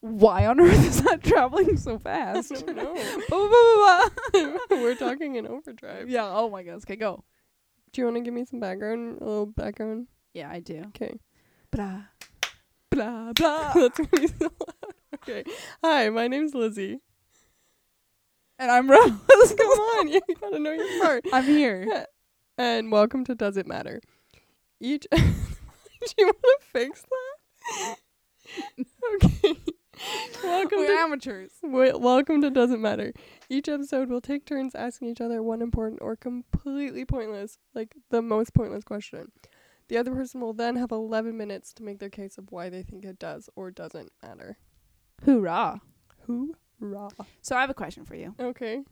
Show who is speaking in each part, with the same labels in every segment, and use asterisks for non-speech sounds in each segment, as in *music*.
Speaker 1: why on earth *laughs* is that traveling so
Speaker 2: *laughs* I
Speaker 1: fast? *laughs*
Speaker 2: don't know.
Speaker 1: Blah, blah, blah, blah, blah.
Speaker 2: *laughs* We're talking in overdrive.
Speaker 1: yeah. Oh my goodness. Okay, go.
Speaker 2: Do you want to give me some background? A little background?
Speaker 1: Yeah, I do.
Speaker 2: Okay.
Speaker 1: Blah.
Speaker 2: Blah, blah. *laughs* That's going to be so loud. Okay. Hi, my name's *laughs* Lizzie.
Speaker 1: And I'm *laughs* Rose.
Speaker 2: *laughs* Come on, you gotta know your *laughs* part.
Speaker 1: *laughs* I'm *laughs* here.
Speaker 2: And welcome to Does It Matter? Each. *laughs* Do you want to fix *laughs* that? okay. *laughs* Welcome
Speaker 1: We're
Speaker 2: to
Speaker 1: amateurs.
Speaker 2: Wel- Welcome to Doesn't Matter. Each episode, we'll take turns asking each other one important or completely pointless, like the most pointless question. The other person will then have 11 minutes to make their case of why they think it does or doesn't matter.
Speaker 1: Hoorah.
Speaker 2: Hoorah.
Speaker 1: So I have a question for you.
Speaker 2: Okay.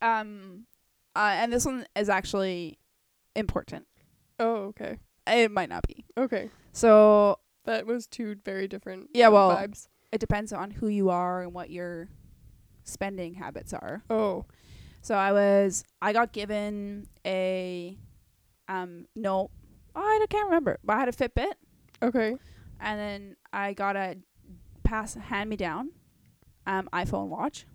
Speaker 1: Um, uh, and this one is actually important.
Speaker 2: Oh, okay.
Speaker 1: It might not be.
Speaker 2: Okay.
Speaker 1: So
Speaker 2: That was two very different
Speaker 1: Yeah,
Speaker 2: um,
Speaker 1: well-
Speaker 2: vibes.
Speaker 1: it depends on who you are and what your spending habits are.
Speaker 2: Oh.
Speaker 1: So I was I got given a um no I can't remember, but I had a Fitbit
Speaker 2: Okay.
Speaker 1: and then I got a pass hand me down um iPhone watch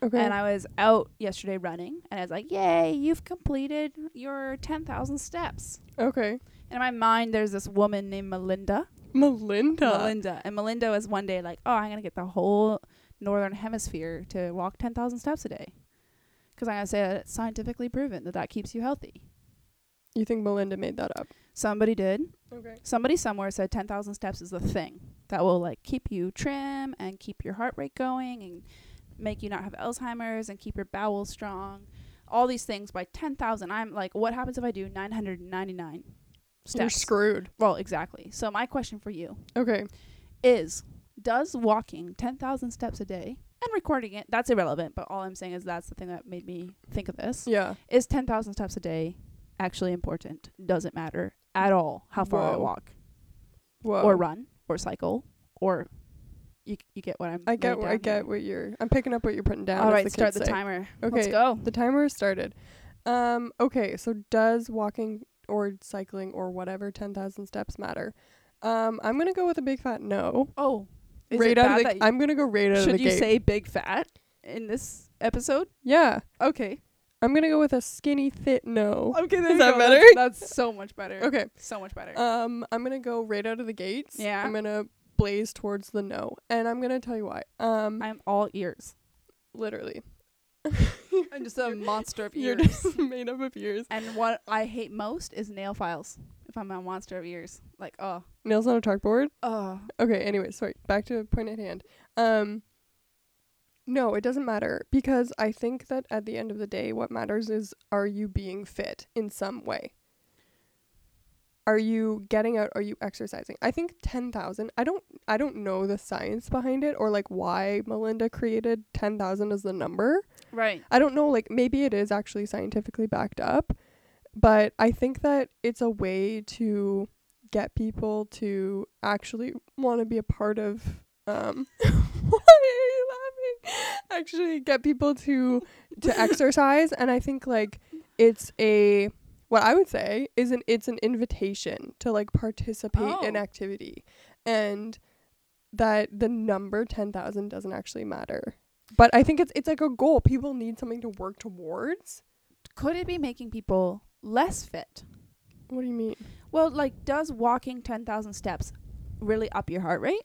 Speaker 2: Okay.
Speaker 1: and I was out yesterday running and I was like, "Yay, you've completed your 10,000 steps."
Speaker 2: okay.
Speaker 1: And in my mind there's this woman named Melinda
Speaker 2: Melinda.
Speaker 1: Melinda. And Melinda was one day like, oh, I'm going to get the whole northern hemisphere to walk 10,000 steps a day. Because I'm going to say that it's scientifically proven that that keeps you healthy.
Speaker 2: You think Melinda made that up?
Speaker 1: Somebody did.
Speaker 2: Okay.
Speaker 1: Somebody somewhere said 10,000 steps is the thing that will like keep you trim and keep your heart rate going and make you not have Alzheimer's and keep your bowels strong. All these things by 10,000. I'm like, what happens if I do 999
Speaker 2: You're
Speaker 1: steps?
Speaker 2: screwed.
Speaker 1: well, exactly. So my question for you
Speaker 2: Okay.
Speaker 1: is does walking 10,000 steps a day and recording it that's irrelevant but all i'm saying is that's the thing that made me think of this
Speaker 2: Yeah.
Speaker 1: is 10,000 steps a day actually important doesn't matter at all how far i
Speaker 2: Whoa.
Speaker 1: walk
Speaker 2: Whoa.
Speaker 1: or run or cycle or you you get what i'm
Speaker 2: I get
Speaker 1: laying
Speaker 2: what
Speaker 1: down
Speaker 2: I
Speaker 1: here.
Speaker 2: get what you're. I'm picking up what you're putting down.
Speaker 1: all
Speaker 2: as
Speaker 1: right
Speaker 2: the
Speaker 1: start
Speaker 2: kids
Speaker 1: the
Speaker 2: say.
Speaker 1: timer
Speaker 2: Okay,
Speaker 1: let's go
Speaker 2: The timer has started. Um. Okay. So does walking or cycling or whatever ten thousand steps matter? Um. I'm gonna go with a big fat no.
Speaker 1: oh is
Speaker 2: right
Speaker 1: it
Speaker 2: out
Speaker 1: bad
Speaker 2: of the.
Speaker 1: that you-
Speaker 2: I'm gonna go right out of
Speaker 1: should
Speaker 2: the
Speaker 1: you
Speaker 2: gate.
Speaker 1: say big fat in this episode
Speaker 2: yeah.
Speaker 1: okay
Speaker 2: I'm gonna go with a skinny fit no.
Speaker 1: okay there
Speaker 2: Oh, Is
Speaker 1: you
Speaker 2: that
Speaker 1: go.
Speaker 2: better?
Speaker 1: that's, that's so much better
Speaker 2: Okay.
Speaker 1: so much better
Speaker 2: Um. I'm gonna go right out of the gates.
Speaker 1: Yeah.
Speaker 2: I'm gonna blaze towards the no, and I'm gonna tell you why. Um.
Speaker 1: i'm all
Speaker 2: *laughs*
Speaker 1: ears
Speaker 2: literally.
Speaker 1: I'm just a monster of
Speaker 2: You're *laughs*
Speaker 1: ears.
Speaker 2: just *laughs* made up of ears.
Speaker 1: and what I hate most is nail files. If I'm a monster of ears, like oh,
Speaker 2: Nails on a chalkboard.
Speaker 1: oh,
Speaker 2: Okay, anyway, sorry. Back to point at hand. Um no, it doesn't matter because I think that at the end of the day what matters is are you being fit in some way? Are you getting out? Are you exercising? I think 10,000. I don't I don't know the science behind it or like why Melinda created 10,000 as the number.
Speaker 1: right.
Speaker 2: I don't know, like maybe it is actually scientifically backed up, but I think that it's a way to get people to actually want to be a part of um *laughs* why are you laughing? Actually get people to to exercise and I think like it's a what I would say is an it's an invitation to like participate in
Speaker 1: Oh.
Speaker 2: activity and that the number 10,000 doesn't actually matter. But I think it's it's like a goal. People need something to work towards.
Speaker 1: Could it be making people less fit?
Speaker 2: What do you mean?
Speaker 1: Well, like does walking ten thousand steps really up your heart rate?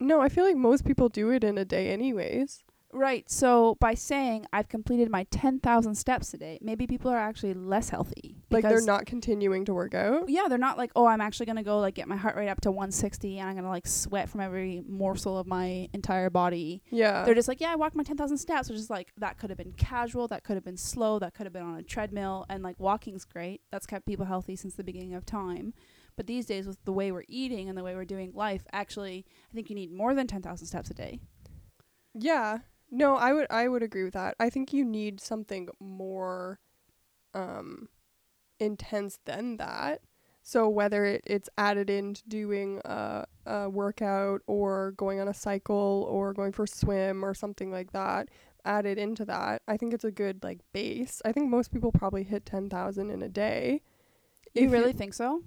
Speaker 2: No, I feel like most people do it in a day anyways.
Speaker 1: Right. So by saying I've completed my ten thousand steps today, maybe people are actually less healthy.
Speaker 2: Like they're
Speaker 1: because-
Speaker 2: not continuing to work out.
Speaker 1: Yeah, they're not like, oh, I'm actually gonna go like get my heart rate up to 160, and I'm gonna like sweat from every morsel of my entire body.
Speaker 2: Yeah.
Speaker 1: They're just like, yeah, I walked my 10,000 steps, which is like, that could have been casual, that could have been slow, that could have been on a treadmill. And like, walking's great. That's kept people healthy since the beginning of time. But these days, with the way we're eating and the way we're doing life, actually, I think you need more than 10,000 steps a
Speaker 2: *laughs*
Speaker 1: day.
Speaker 2: Yeah. No, I would I would agree with that. I think you need something more um intense than that. So whether it, it's added into doing a, a workout or going on a cycle or going for a swim or something like that, added into that, I think it's a good like base. I think most people probably hit ten thousand in a day.
Speaker 1: You
Speaker 2: If
Speaker 1: really think so?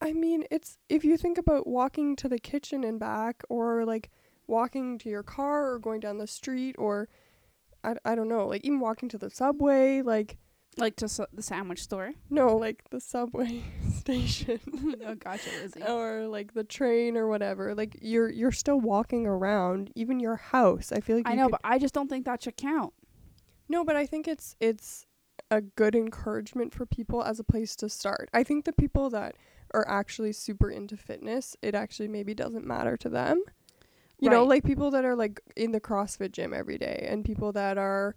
Speaker 2: I mean, it's if you think about walking to the kitchen and back, or like walking to your car, or going down the street, or I, I don't know, like even walking to the subway, like
Speaker 1: Like to s- the sandwich
Speaker 2: *laughs*
Speaker 1: store. *laughs*
Speaker 2: no, like the subway *laughs* station,
Speaker 1: oh, gotcha, Lizzie.
Speaker 2: or like the train or whatever. Like you're you're still walking around, even your house. I feel like
Speaker 1: I
Speaker 2: you
Speaker 1: know,
Speaker 2: could-
Speaker 1: but I just don't think that should count.
Speaker 2: No, but I think it's it's a good encouragement for people as a place to start. I think the people that are actually super into fitness, it actually maybe doesn't matter to them. You know,
Speaker 1: Right.
Speaker 2: like people that are like in the CrossFit gym every day and people that are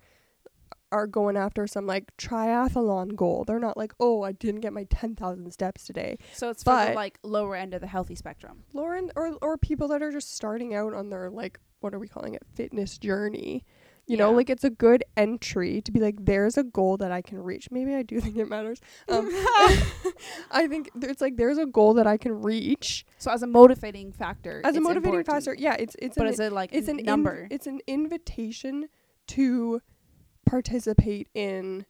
Speaker 2: are going after some like triathlon goal. They're not like, "Oh, I didn't get my 10,000 steps today."
Speaker 1: So it's for the
Speaker 2: But-
Speaker 1: like lower end of the healthy spectrum.
Speaker 2: Lauren or or people that are just starting out on their like what are we calling it fitness journey. You know,
Speaker 1: Yeah.
Speaker 2: like it's a good entry to be like there's a goal that I can reach. Maybe I do think it matters.
Speaker 1: *laughs*
Speaker 2: Um, *laughs* I think th- it's like there's a goal that I can reach
Speaker 1: So as a motivating factor,
Speaker 2: as a
Speaker 1: it's
Speaker 2: motivating
Speaker 1: important,
Speaker 2: factor. Yeah, it's it's
Speaker 1: But
Speaker 2: an,
Speaker 1: as a like
Speaker 2: it's an inv-
Speaker 1: number,
Speaker 2: it's an invitation to participate in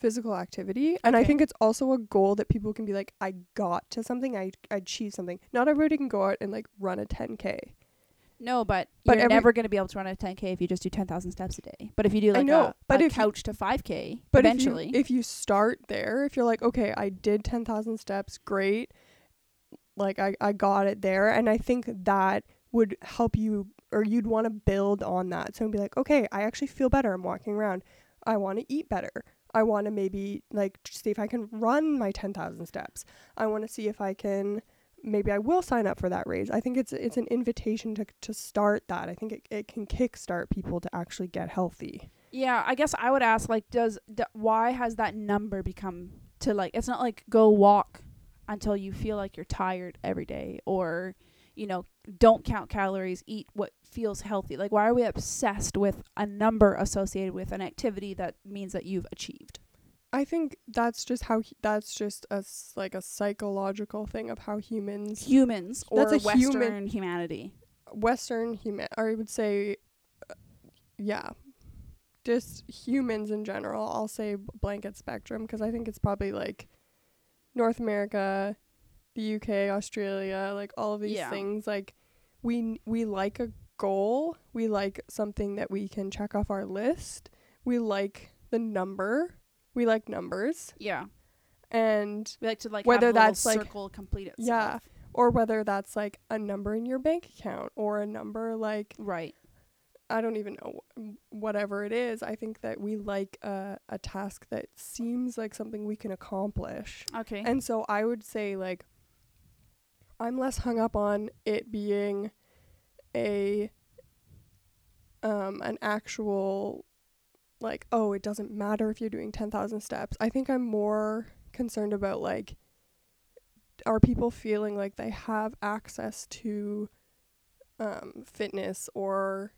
Speaker 2: physical activity and i
Speaker 1: Okay.
Speaker 2: think it's also a goal that people can be like i got to something i, I achieved something not everybody can go out and like run a 10k
Speaker 1: no, but,
Speaker 2: But
Speaker 1: you're
Speaker 2: every-
Speaker 1: never going to be able to run a 10k if you just do 10,000 steps a day. But if you do
Speaker 2: I
Speaker 1: like
Speaker 2: know,
Speaker 1: a,
Speaker 2: but
Speaker 1: a
Speaker 2: if you-
Speaker 1: couch to 5k,
Speaker 2: But
Speaker 1: eventually,
Speaker 2: if you, if you start there, if you're like, okay, I did 10,000 steps, great. Like I, I got it there. And I think that would help you or you'd want to build on that. So be like, okay, I actually feel better. I'm walking around. I want to eat better. I want to maybe like tr- see if I can run my 10,000 steps. I want to see if I can maybe I will sign up for that raise. I think it's it's an invitation to to start that. I think it, it can kickstart people to actually get healthy.
Speaker 1: yeah, I guess I would ask like, does d- why has that number become to like? It's not like go walk until you feel like you're tired every day, or you know, don't count calories, eat what feels healthy. Like, why are we obsessed with a number associated with an activity that means that you've achieved?
Speaker 2: I think that's just how hu- that's just a s- like a psychological thing of how humans
Speaker 1: Humans or
Speaker 2: That's a
Speaker 1: Western
Speaker 2: human-
Speaker 1: humanity.
Speaker 2: Western human or I would say uh, yeah just humans in general I'll say b- blanket spectrum because I think it's probably like North America the UK Australia like all of these
Speaker 1: Yeah.
Speaker 2: things like we n- we like a goal we like something that we can check off our list we like the number we like numbers
Speaker 1: Yeah,
Speaker 2: and
Speaker 1: we like to like
Speaker 2: Whether
Speaker 1: have a
Speaker 2: that's,
Speaker 1: little
Speaker 2: like-
Speaker 1: circle complete itself.
Speaker 2: Yeah. or whether that's like a number in your bank account or a number like
Speaker 1: right.
Speaker 2: I don't even know wh- whatever it is. I think that we like a a task that seems like something we can accomplish.
Speaker 1: Okay.
Speaker 2: And so I would say like I'm less hung up on it being a um an actual like oh it doesn't matter if you're doing 10,000 steps. I think I'm more concerned about like are people feeling like they have access to um fitness or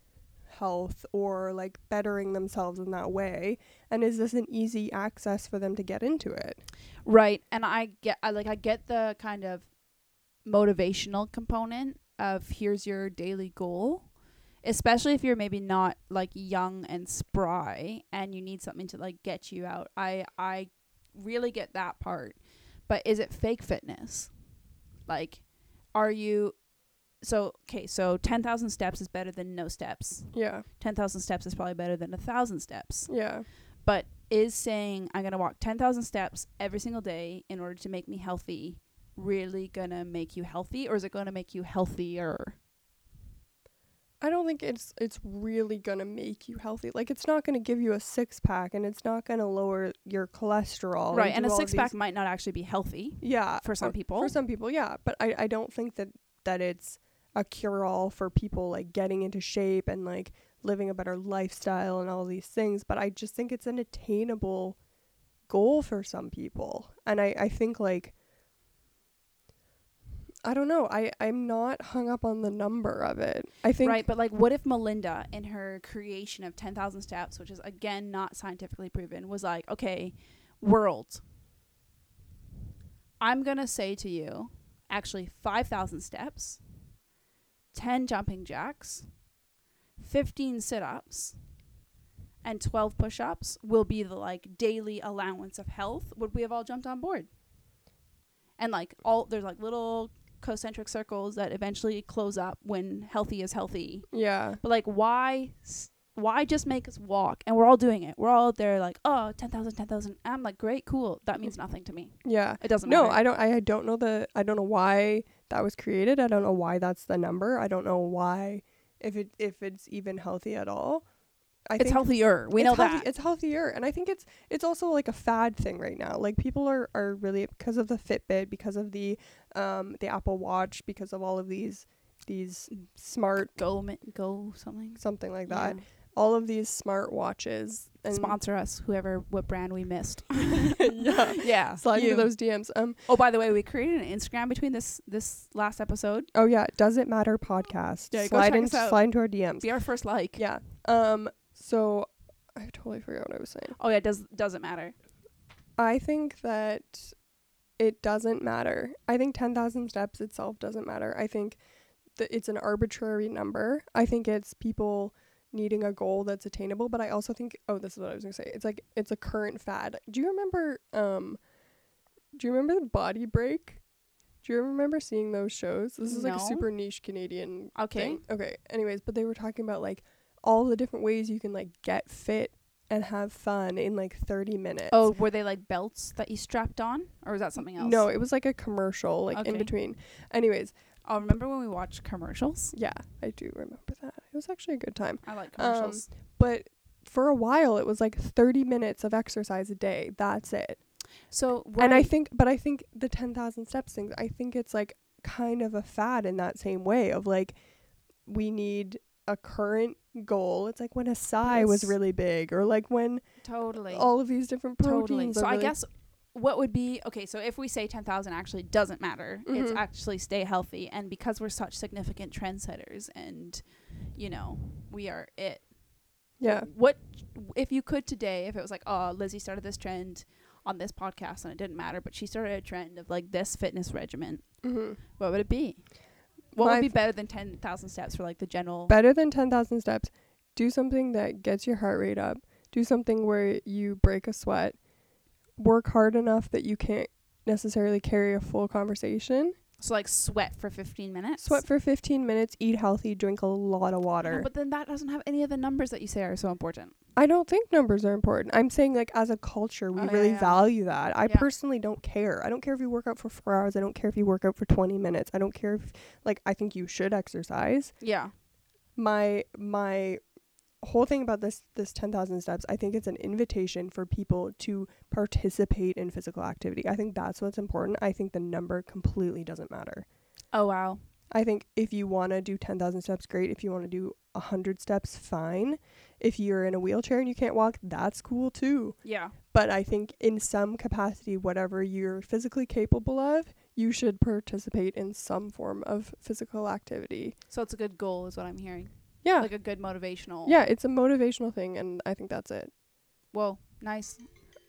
Speaker 2: health or like bettering themselves in that way and is this an easy access for them to get into it?
Speaker 1: Right. And I get I like I get the kind of motivational component of here's your daily goal. Especially if you're maybe not like young and spry and you need something to like get you out. I I really get that part. But is it fake fitness? Like are you so okay, so 10,000 steps is better than no steps.
Speaker 2: Yeah.
Speaker 1: 10,000 steps is probably better than a 1,000 steps.
Speaker 2: Yeah.
Speaker 1: but is saying I'm gonna walk ten thousand steps every single day in order to make me healthy really gonna make you healthy, or is it gonna make you healthier?
Speaker 2: I don't think it's it's really gonna make you healthy. Like it's not gonna give you a six pack, and it's not gonna lower your cholesterol.
Speaker 1: right, and
Speaker 2: do
Speaker 1: a
Speaker 2: all
Speaker 1: six pack
Speaker 2: these-
Speaker 1: might not actually be healthy
Speaker 2: Yeah,
Speaker 1: for some
Speaker 2: uh,
Speaker 1: people.
Speaker 2: For some people, yeah, but I I don't think that that it's a cure all for people like getting into shape and like living a better lifestyle and all these things. But I just think it's an attainable goal for some people, and I I think like. I don't know. I, I'm not hung up on the number of it. I think
Speaker 1: right, but like, what if Melinda, in her creation of ten thousand steps, which is again not scientifically proven, was like, okay, world, I'm gonna say to you, actually, five thousand steps, ten jumping jacks, fifteen sit-ups, and twelve push-ups will be the like daily allowance of health. Would we have all jumped on board? and like all there's like little concentric circles that eventually close up when healthy is healthy
Speaker 2: Yeah.
Speaker 1: but like why s- why just make us walk and we're all doing it we're all out there like oh 10,000 10,000 i'm like great cool that means nothing to me
Speaker 2: Yeah.
Speaker 1: it doesn't
Speaker 2: No,
Speaker 1: matter.
Speaker 2: I don't I don't know the I don't know why that was created. I don't know why that's the number. I don't know why if it if it's even healthy at all. I
Speaker 1: it's healthier we
Speaker 2: it's
Speaker 1: know
Speaker 2: healthy-
Speaker 1: that
Speaker 2: it's healthier and i think it's it's also like a fad thing right now like people are are really because of the fitbit because of the um the apple watch because of all of these these smart
Speaker 1: go mi- go something
Speaker 2: something like
Speaker 1: Mm. Yeah.
Speaker 2: that all of these smart watches and *laughs*
Speaker 1: sponsor us whoever what brand we missed
Speaker 2: yeah
Speaker 1: *laughs* yeah
Speaker 2: slide into
Speaker 1: you.
Speaker 2: those dms um
Speaker 1: oh by the way we created an instagram between this this last episode
Speaker 2: oh yeah does it matter podcast
Speaker 1: Yeah, go
Speaker 2: slide
Speaker 1: check
Speaker 2: in
Speaker 1: us out.
Speaker 2: slide into our dms
Speaker 1: be our first like
Speaker 2: yeah um so i totally forgot what i was saying
Speaker 1: oh yeah does doesn't matter
Speaker 2: I think that it doesn't matter. I think 10,000 steps itself doesn't matter. I think that it's an arbitrary number. I think it's people needing a goal that's attainable, but I also think oh, this is what I was going to say. It's like it's a current fad. Do you remember um do you remember the body break? Do you remember seeing those shows? This is like a
Speaker 1: No.
Speaker 2: super niche Canadian
Speaker 1: okay
Speaker 2: thing. Okay. Anyways, but they were talking about like all the different ways you can like get fit and have fun in like 30 minutes.
Speaker 1: oh were they like belts that you strapped on or was that something else
Speaker 2: No, it was like a commercial, like in
Speaker 1: Okay.
Speaker 2: between. Anyways,
Speaker 1: oh remember when we watched commercials
Speaker 2: yeah, I do remember that. It was actually a good time.
Speaker 1: i like
Speaker 2: Um,
Speaker 1: commercials
Speaker 2: But for a while, it was like 30 minutes of exercise a day. That's it.
Speaker 1: so
Speaker 2: And I
Speaker 1: right.
Speaker 2: think, but I think the 10,000 steps thing, I think it's like kind of a fad in that same way of like, we need a current goal. It's like when acai was
Speaker 1: Yes.
Speaker 2: really big, or like when
Speaker 1: totally
Speaker 2: all of these different proteins.
Speaker 1: totally so
Speaker 2: are
Speaker 1: i
Speaker 2: really-
Speaker 1: guess what would be okay so if we say 10,000 actually doesn't matter it's
Speaker 2: Mhm.
Speaker 1: actually stay healthy and because we're such significant trendsetters and you know we are it
Speaker 2: yeah,
Speaker 1: what if you could today if it was like oh lizzie started this trend on this podcast and it didn't matter but she started a trend of like this fitness regimen
Speaker 2: mm-hmm.
Speaker 1: what would it be what
Speaker 2: My
Speaker 1: would be better than 10,000 steps for like the general
Speaker 2: better than 10,000 steps, do something that gets your heart rate up. Do something where you break a sweat. Work hard enough that you can't necessarily carry a full conversation.
Speaker 1: so like sweat for 15 minutes
Speaker 2: Sweat for 15 minutes, eat healthy, drink a lot of
Speaker 1: No,
Speaker 2: water.
Speaker 1: but then that doesn't have any of the numbers that you say are so important
Speaker 2: I don't think numbers are important. I'm saying, like, as a culture, we
Speaker 1: Oh, yeah,
Speaker 2: really
Speaker 1: yeah.
Speaker 2: value that. I
Speaker 1: Yeah.
Speaker 2: personally don't care. I don't care if you work out for four hours. I don't care if you work out for 20 minutes. I don't care if, like, I think you should exercise.
Speaker 1: yeah
Speaker 2: my my whole thing about this this 10,000 steps I think it's an invitation for people to participate in physical activity. I think that's what's important. I think the number completely doesn't matter.
Speaker 1: oh wow
Speaker 2: I think if you want to do 10,000 steps great, if you want to do 100 steps fine. If you're in a wheelchair and you can't walk, that's cool too.
Speaker 1: Yeah.
Speaker 2: But I think in some capacity whatever you're physically capable of, you should participate in some form of physical activity.
Speaker 1: So it's a good goal, is what I'm hearing.
Speaker 2: Yeah.
Speaker 1: Like a good motivational.
Speaker 2: Yeah, it's a motivational thing, and I think that's it.
Speaker 1: Whoa. Nice.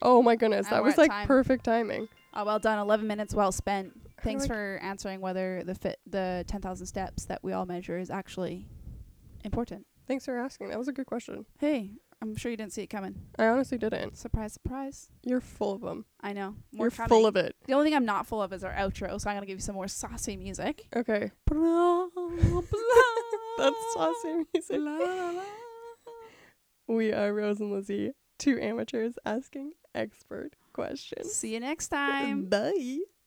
Speaker 2: Oh my goodness,
Speaker 1: And
Speaker 2: that
Speaker 1: we're
Speaker 2: was
Speaker 1: at
Speaker 2: like
Speaker 1: time.
Speaker 2: perfect timing.
Speaker 1: Oh, well done. 11 minutes well spent. Thanks
Speaker 2: like-
Speaker 1: for answering whether the fit the 10,000 steps that we all measure is actually important.
Speaker 2: Thanks for asking. That was a good question.
Speaker 1: Hey, I'm sure you didn't see it coming.
Speaker 2: I honestly didn't.
Speaker 1: Surprise, surprise.
Speaker 2: You're full of them.
Speaker 1: I know. More
Speaker 2: You're
Speaker 1: coming.
Speaker 2: full of it.
Speaker 1: The only thing I'm not full of is our outro, so I'm going to give you some more saucy music.
Speaker 2: Okay.
Speaker 1: *laughs*
Speaker 2: That's saucy music.
Speaker 1: La, la, la.
Speaker 2: We are Rose and Lizzie, two amateurs asking expert questions.
Speaker 1: See you next time.
Speaker 2: Bye.